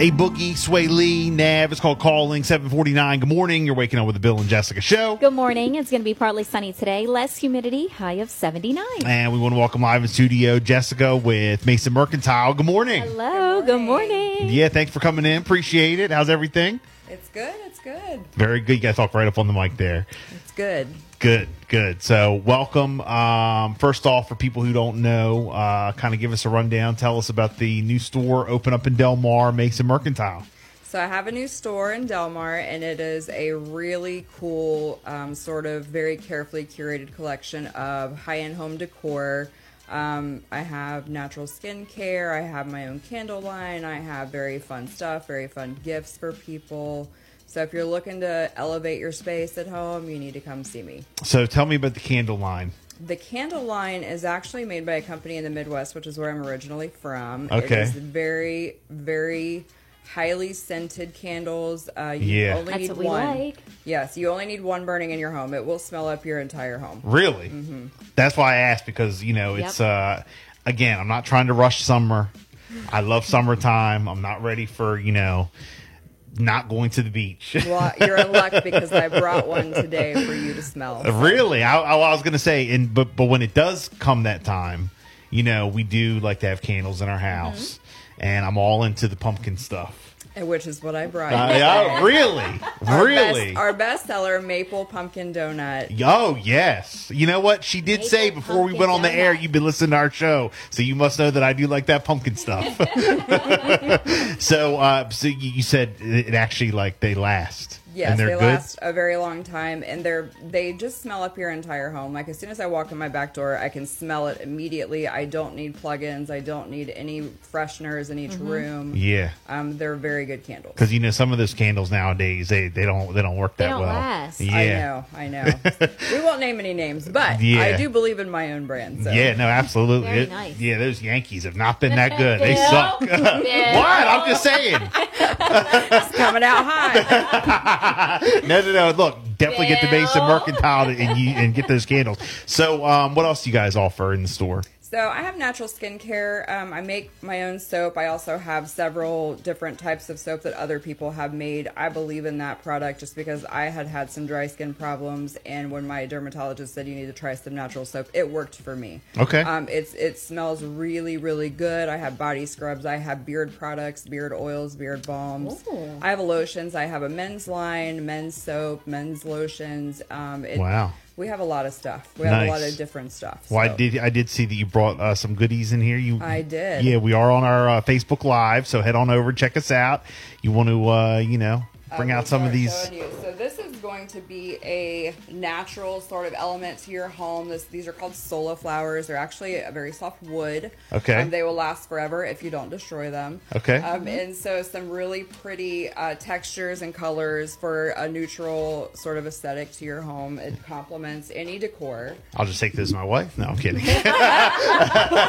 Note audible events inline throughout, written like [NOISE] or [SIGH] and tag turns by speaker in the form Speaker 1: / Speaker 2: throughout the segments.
Speaker 1: A Boogie, Sway Lee, Nav. It's called Calling 749. Good morning. You're waking up with the Bill and Jessica show.
Speaker 2: Good morning. It's going to be partly sunny today, less humidity, high of 79.
Speaker 1: And we want to welcome live in studio Jessica with Mason Mercantile. Good morning.
Speaker 2: Hello, good morning.
Speaker 1: Yeah, thanks for coming in. Appreciate it. How's everything?
Speaker 3: It's good. It's good.
Speaker 1: Very good. You guys talk right up on the mic there.
Speaker 3: It's good.
Speaker 1: Good, good. So, welcome. Um, first off, for people who don't know, uh, kind of give us a rundown. Tell us about the new store open up in Del Mar, Mason Mercantile.
Speaker 3: So I have a new store in Delmar, and it is a really cool, um, sort of very carefully curated collection of high-end home decor. Um, I have natural skincare. I have my own candle line. I have very fun stuff, very fun gifts for people. So if you're looking to elevate your space at home, you need to come see me.
Speaker 1: So, tell me about the candle line.
Speaker 3: The candle line is actually made by a company in the Midwest, which is where I'm originally from.
Speaker 1: Okay.
Speaker 3: It is very, very highly scented candles. Uh, you
Speaker 1: Yeah.
Speaker 3: only
Speaker 2: That's
Speaker 3: need
Speaker 2: what we
Speaker 3: one.
Speaker 2: like.
Speaker 3: Yes, you only need one burning in your home. It will smell up your entire home.
Speaker 1: Really?
Speaker 3: Mm-hmm.
Speaker 1: That's why I asked because you know
Speaker 2: Yep.
Speaker 1: it's uh again I'm not trying to rush summer. I love summertime. I'm not ready for you know not going to the beach. [LAUGHS]
Speaker 3: Well, you're in luck because I brought one today for you to smell.
Speaker 1: Uh, really? I, I, I was gonna say, and but but when it does come that time, you know we do like to have candles in our
Speaker 3: Mm-hmm.
Speaker 1: house, and I'm all into the pumpkin
Speaker 3: [LAUGHS]
Speaker 1: stuff.
Speaker 3: And Which is what I brought. you.
Speaker 1: I- I- really,
Speaker 3: Our best-
Speaker 1: Uh, really.
Speaker 3: our bestseller maple pumpkin donut.
Speaker 1: Oh yes, you know what she did
Speaker 2: Maple
Speaker 1: say before we went on the
Speaker 2: pumpkin
Speaker 1: air.
Speaker 2: donut.
Speaker 1: You've been listening to our show, so you must know that I do like that pumpkin
Speaker 3: [LAUGHS]
Speaker 1: stuff. so, uh, so you, you said it it actually like they last.
Speaker 3: Yes,
Speaker 1: and
Speaker 3: they
Speaker 1: they're good.
Speaker 3: last a very long time, and they're they just smell up your entire home. Like as soon as I walk in my back door, I can smell it immediately. I don't need plugins. I don't need any fresheners in each room.
Speaker 1: Yeah,
Speaker 3: Um, they're very good candles.
Speaker 1: because you know some of those candles nowadays they, they don't they don't work that
Speaker 2: They don't
Speaker 1: well.
Speaker 2: last. I
Speaker 1: Yeah. [LAUGHS]
Speaker 3: I know, I know. we won't name any names, but
Speaker 1: Yeah.
Speaker 3: I do believe in my own brand. So.
Speaker 1: Yeah, no, absolutely.
Speaker 2: Very
Speaker 1: It-
Speaker 2: nice.
Speaker 1: Yeah, those Yankees have not been
Speaker 2: [LAUGHS]
Speaker 1: that good. They
Speaker 2: Bill?
Speaker 3: [LAUGHS]
Speaker 1: suck. [LAUGHS] what? I'm just saying.
Speaker 3: It's coming out high.
Speaker 1: No, no, no. Look, definitely get the base of
Speaker 2: Bill?
Speaker 1: mercantile and you and get those candles. So, um, what else do you guys offer in the store?
Speaker 3: so I have natural skincare. Um, I make my own soap. I also have several different types of soap that other people have made. I believe in that product just because I had had some dry skin problems, and when my dermatologist said you need to try some natural soap, it worked for me.
Speaker 1: Okay.
Speaker 3: Um, it's it smells really really good. I have body scrubs. I have beard products, beard oils, beard balms.
Speaker 2: Ooh.
Speaker 3: I have lotions. I have a men's line, men's soap, men's lotions. Um, it,
Speaker 1: Wow.
Speaker 3: We have a lot of stuff. We have a lot
Speaker 1: Nice.
Speaker 3: of different stuff.
Speaker 1: Well, I
Speaker 3: so.
Speaker 1: did. I did see that you brought uh, some goodies in here. You,
Speaker 3: I did.
Speaker 1: Yeah, we are on our uh, Facebook Live, so head on over, check us out. You want to, uh, you know, bring
Speaker 3: I will
Speaker 1: out some of
Speaker 3: start
Speaker 1: these.
Speaker 3: showing you. So this is going to be a natural sort of element to your home. This, these are called sola flowers. They're actually a very soft wood.
Speaker 1: Okay.
Speaker 3: Um, they will last forever if you don't destroy them.
Speaker 1: Okay.
Speaker 3: Um, and so some really pretty uh, textures and colors for a neutral sort of aesthetic to your home. It complements any decor.
Speaker 1: I'll just take this to my wife. No, I'm
Speaker 3: [LAUGHS]
Speaker 1: kidding.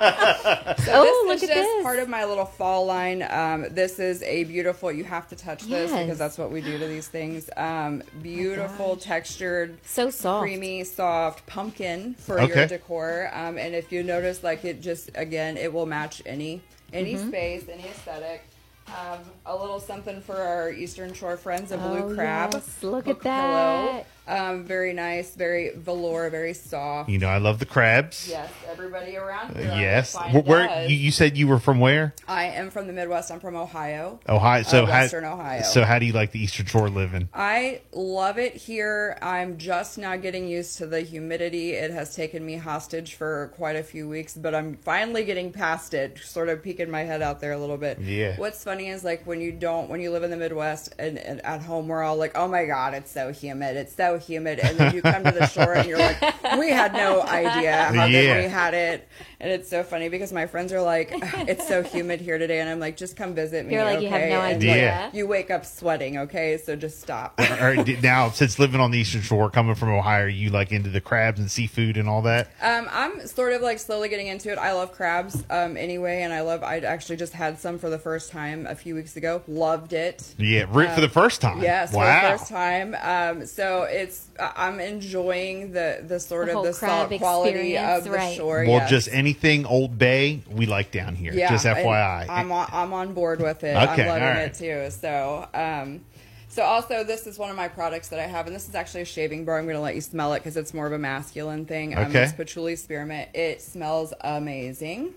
Speaker 2: oh, look
Speaker 3: this is
Speaker 2: at
Speaker 3: just
Speaker 2: this.
Speaker 3: part of my little fall line. Um, this is a beautiful. You have to touch this
Speaker 2: Yes.
Speaker 3: because that's what we do to these things. Um, beautiful textured,
Speaker 2: So soft.
Speaker 3: creamy, soft pumpkin for
Speaker 1: Oh. Okay.
Speaker 3: your decor. Um, and if you notice, like it just again, it will match any any
Speaker 2: Mm-hmm.
Speaker 3: space, any aesthetic. Um, a little something for our Eastern Shore friends, a blue
Speaker 2: Oh,
Speaker 3: crab.
Speaker 2: yes. Look
Speaker 3: hook
Speaker 2: at
Speaker 3: pillow. Um, very nice, very velour, very soft.
Speaker 1: you know, I love the crabs. Uh,
Speaker 3: Yes, everybody around here. I
Speaker 1: Yes.
Speaker 3: find
Speaker 1: Where, where
Speaker 3: does.
Speaker 1: you, you said you were from? Where?
Speaker 3: I am from the Midwest. I'm from Ohio.
Speaker 1: Ohio. So how-
Speaker 3: Uh, Western Ohio.
Speaker 1: So how do you like the Eastern Shore living?
Speaker 3: I love it here. I'm just now getting used to the humidity. It has taken me hostage for quite a few weeks, but I'm finally getting past it, sort of peeking my head out there a little bit.
Speaker 1: Yeah.
Speaker 3: What's funny is like when you don't, when you live in the Midwest and, and at home, we're all like, oh my God, it's so humid. It's so humid. And then you come to the shore and you're like, we had no idea how
Speaker 1: Yeah.
Speaker 3: good we had it. And it's so funny because my friends are like, it's so humid here today. And I'm like, just come visit me.
Speaker 2: You're like, you have
Speaker 3: okay?"
Speaker 2: no
Speaker 3: And,
Speaker 2: idea.
Speaker 1: Yeah.
Speaker 3: you wake up sweating, okay? So just stop. [LAUGHS]
Speaker 1: All right, d- now, since living on the Eastern Shore, coming from Ohio, are you like into the crabs and seafood and all that?
Speaker 3: Um, I'm sort of like slowly getting into it. I love crabs um, anyway, and I love, I actually just had some for the first time a few weeks ago. Loved it.
Speaker 1: Yeah, re- for the first time.
Speaker 3: Yes,
Speaker 1: Wow.
Speaker 3: for the first time. Um, so it, it's I- I'm enjoying the the sort
Speaker 2: The
Speaker 3: of
Speaker 2: whole
Speaker 3: the salt
Speaker 2: crab
Speaker 3: quality
Speaker 2: experience,
Speaker 3: of the
Speaker 2: right.
Speaker 3: shore.
Speaker 1: well,
Speaker 3: yes.
Speaker 1: just anything Old Bay we like down here. just
Speaker 3: and
Speaker 1: FYI.
Speaker 3: I'm on, I'm on board with it.
Speaker 1: Okay,
Speaker 3: I'm loving
Speaker 1: all right.
Speaker 3: it too. So, um, so also this is one of my products that I have, and this is actually a shaving bar. I'm going to let you smell it because it's more of a masculine thing. Um,
Speaker 1: Okay.
Speaker 3: it's patchouli spearmint. It smells amazing.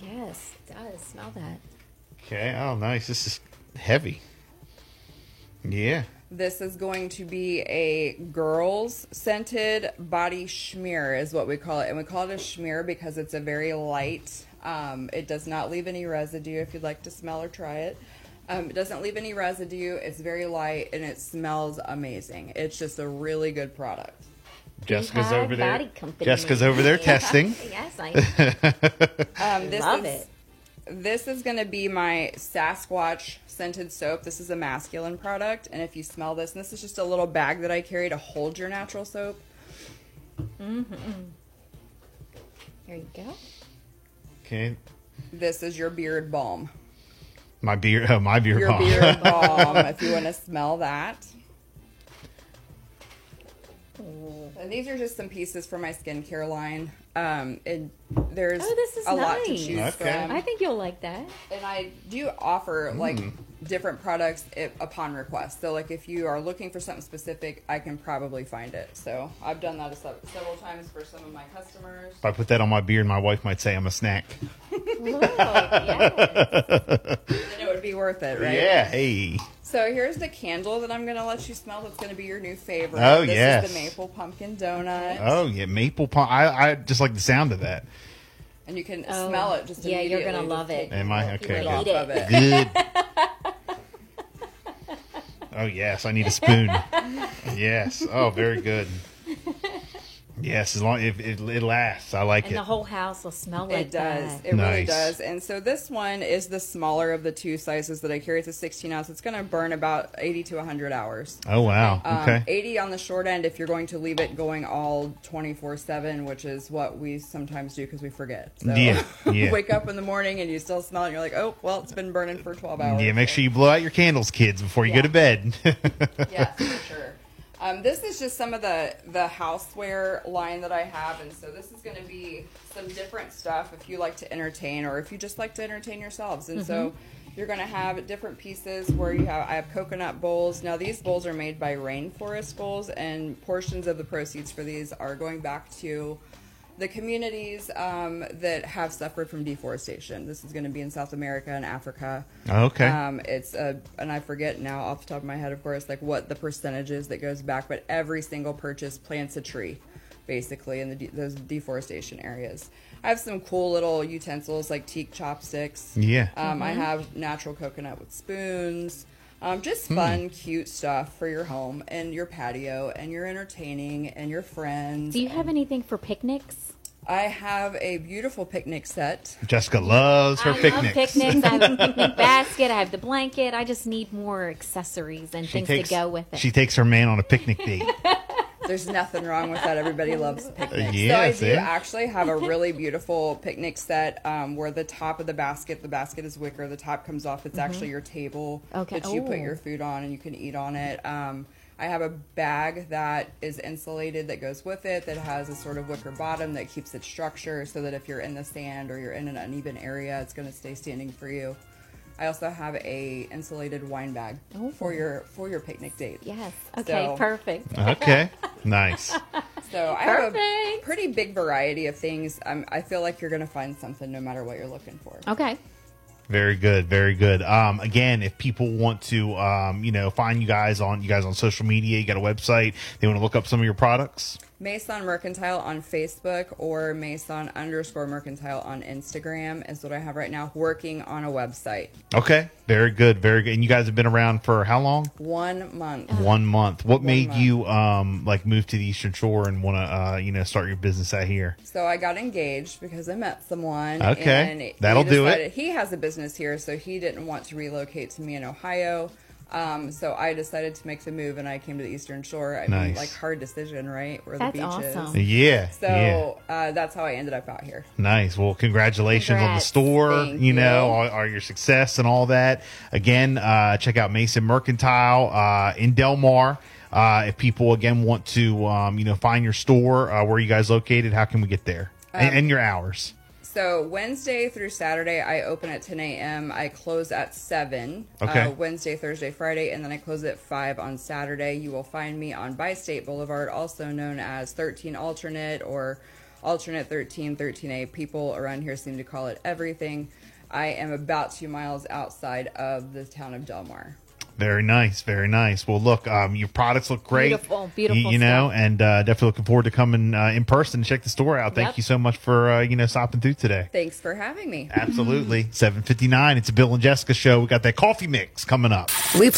Speaker 2: Yes, it does. Smell that.
Speaker 1: okay. Oh, nice. This is heavy. Yeah.
Speaker 3: This is going to be a girls scented body schmear is what we call it. And we call it a schmear because it's a very light. Um, it does not leave any residue if you'd like to smell or try it. Um, it doesn't leave any residue. It's very light and it smells amazing. It's just a really good product.
Speaker 1: Jessica's
Speaker 2: Beehive
Speaker 1: over there.
Speaker 2: Body Company.
Speaker 1: Jessica's over there testing.
Speaker 2: [LAUGHS]
Speaker 1: [LAUGHS]
Speaker 2: Yes, I
Speaker 3: Um, this
Speaker 2: love
Speaker 3: is,
Speaker 2: it.
Speaker 3: This is going to be my Sasquatch scented soap. This is a masculine product. And if you smell this, and this is just a little bag that I carry to hold your natural soap.
Speaker 2: There you go.
Speaker 1: Okay.
Speaker 3: This is your beard balm.
Speaker 1: My beer. Oh, my beer
Speaker 3: your
Speaker 1: bomb.
Speaker 3: beard balm if you want to smell that. And these are just some pieces for my skincare line. Um, and there's
Speaker 2: Oh, this is
Speaker 3: a lot to
Speaker 2: nice.
Speaker 3: choose
Speaker 1: Okay. Mm.
Speaker 3: from,
Speaker 2: I think you'll like
Speaker 3: [LAUGHS]
Speaker 2: that.
Speaker 3: and I do offer like different products i upon request. So, like if you are looking for something specific, I can probably find it. So I've done that a sev- several times for some of my customers.
Speaker 1: [LAUGHS] If I put that on my beard, my wife might say I'm a snack.
Speaker 2: Ooh, yes.
Speaker 3: Then it would be worth it, right?
Speaker 1: Yeah. Hey.
Speaker 3: So here's the candle that I'm gonna let you smell. That's gonna be your new favorite.
Speaker 1: Oh,
Speaker 3: this
Speaker 1: yes.
Speaker 3: is the maple pumpkin donut,
Speaker 1: Oh yeah, maple pie. I, I just like the sound of that.
Speaker 3: and you can
Speaker 2: Oh,
Speaker 3: smell it. Just
Speaker 2: yeah, you're gonna
Speaker 3: immediately.
Speaker 2: love
Speaker 3: Just
Speaker 2: it.
Speaker 3: take
Speaker 1: Am I?
Speaker 3: the
Speaker 1: Okay.
Speaker 3: lid off
Speaker 2: Eat
Speaker 3: of it.
Speaker 1: Good. oh yes, I need a spoon. Yes. Oh, very good. Yes, as long if it, it lasts, I like
Speaker 2: And the
Speaker 1: it.
Speaker 2: whole house will smell like
Speaker 3: It does.
Speaker 2: that.
Speaker 3: It really
Speaker 1: Nice.
Speaker 3: does. And so this one is the smaller of the two sizes that I carry. It's a 16 ounce. It's gonna burn about 80 to 100 hours.
Speaker 1: Oh wow.
Speaker 3: Um,
Speaker 1: Okay.
Speaker 3: 80 on the short end if you're going to leave it going all 24 7 which is what we sometimes do because we forget so [LAUGHS]
Speaker 1: Yeah, yeah.
Speaker 3: wake up in the morning and you still smell it and you're like oh well it's been burning for 12 hours
Speaker 1: Yeah, make
Speaker 3: So-
Speaker 1: sure you blow out your candles, kids, before you
Speaker 3: Yeah.
Speaker 1: go to bed. [LAUGHS]
Speaker 3: [LAUGHS] yes, for sure. Um, this is just some of the the houseware line that I have, and so this is going to be some different stuff if you like to entertain or if you just like to entertain yourselves. And so you're going to have different pieces where you have I have coconut bowls. Now these bowls are made by Rainforest Bowls, and portions of the proceeds for these are going back to the communities um, that have suffered from deforestation. This is going to be in South America and Africa.
Speaker 1: okay.
Speaker 3: Um, it's a, and I forget now off the top of my head, of course, like what the percentage is that goes back, but every single purchase plants a tree, basically, in the de- those deforestation areas. I have some cool little utensils like teak chopsticks.
Speaker 1: Yeah.
Speaker 3: Um, I have natural coconut with spoons. Um, just fun, cute stuff for your home and your patio and your entertaining and your friends.
Speaker 2: Do you have anything for picnics?
Speaker 3: I have a beautiful picnic set.
Speaker 1: Jessica loves her
Speaker 2: I
Speaker 1: picnics.
Speaker 2: love picnics. I have
Speaker 1: [LAUGHS]
Speaker 2: a picnic basket. I have the blanket. I just need more accessories and things to go with it.
Speaker 1: She takes her man on a picnic
Speaker 2: [LAUGHS]
Speaker 1: date.
Speaker 3: There's nothing wrong with that. Everybody loves picnics.
Speaker 1: yes,
Speaker 3: so I do
Speaker 1: eh?
Speaker 2: [LAUGHS]
Speaker 3: actually have a really beautiful picnic set um, where the top of the basket, the basket is wicker, the top comes off. It's actually your table
Speaker 2: Mm-hmm. Okay.
Speaker 3: that you put
Speaker 2: Oh.
Speaker 3: your food on and you can eat on it. Um, I have a bag that is insulated that goes with it that has a sort of wicker bottom that keeps its structure so that if you're in the sand or you're in an uneven area, it's going to stay standing for you. I also have a insulated wine bag for your for your picnic date.
Speaker 2: Oh. yes. Okay,
Speaker 3: So-
Speaker 2: perfect.
Speaker 1: Okay. Nice.
Speaker 3: So I have a
Speaker 2: Perfect.
Speaker 3: pretty big variety of things. Um, I feel like you're going to find something no matter what you're looking for.
Speaker 2: Okay.
Speaker 1: Very good, very good. Um, again, if people want to, um, you know, find you guys on you guys on social media, you got a website, they want to look up some of your products.
Speaker 3: Mason Mercantile on Facebook or Mason underscore Mercantile on Instagram is what I have right now. Working on a website.
Speaker 1: Okay, very good, very good. And you guys have been around for how long?
Speaker 3: One month.
Speaker 2: Uh-huh.
Speaker 1: One month. What made
Speaker 3: Uh-huh. month.
Speaker 1: you um like move to the Eastern Shore and want to uh you know start your business out here?
Speaker 3: So I got engaged because I met someone.
Speaker 1: Okay.
Speaker 3: and he
Speaker 1: That'll do it.
Speaker 3: decided- He has a business here, so he didn't want to relocate to me in Ohio. Um, so I decided to make the move, and I came to the Eastern Shore. I mean,
Speaker 1: Nice.
Speaker 3: like hard decision, right? Where
Speaker 2: That's
Speaker 3: the beach
Speaker 2: awesome.
Speaker 3: is.
Speaker 1: Yeah.
Speaker 3: So
Speaker 1: yeah.
Speaker 3: uh, that's how I ended up out here.
Speaker 1: Nice. Well, congratulations on the
Speaker 2: Congrats.
Speaker 1: store,
Speaker 3: Thank
Speaker 1: you know,
Speaker 3: you.
Speaker 1: all, all your success and all that. Again, uh, check out Mason Mercantile uh, in Del Mar. Uh, if people again want to, um, you know, find your store, uh, where you guys located, how can we get there,
Speaker 2: Um,
Speaker 1: and, and your hours?
Speaker 3: So Wednesday through Saturday, I open at 10 a.m. I close at 7.
Speaker 1: Okay.
Speaker 3: Uh, Wednesday, Thursday, Friday, and then I close at 5 on Saturday. You will find me on By State Boulevard, also known as 13 Alternate or Alternate 13, 13A. People around here seem to call it everything. I am about two miles outside of the town of Del Mar.
Speaker 1: Very nice, very nice. Well, look, um, your products look great,
Speaker 2: Beautiful, beautiful
Speaker 1: You, you know,
Speaker 2: stuff.
Speaker 1: and uh, definitely looking forward to coming uh, in person to check the store out. Thank
Speaker 2: Yep.
Speaker 1: you so much for uh, you know stopping through today.
Speaker 3: Thanks for having me.
Speaker 1: Absolutely, seven fifty nine. It's a Bill and Jessica show. We got that coffee mix coming up.
Speaker 4: We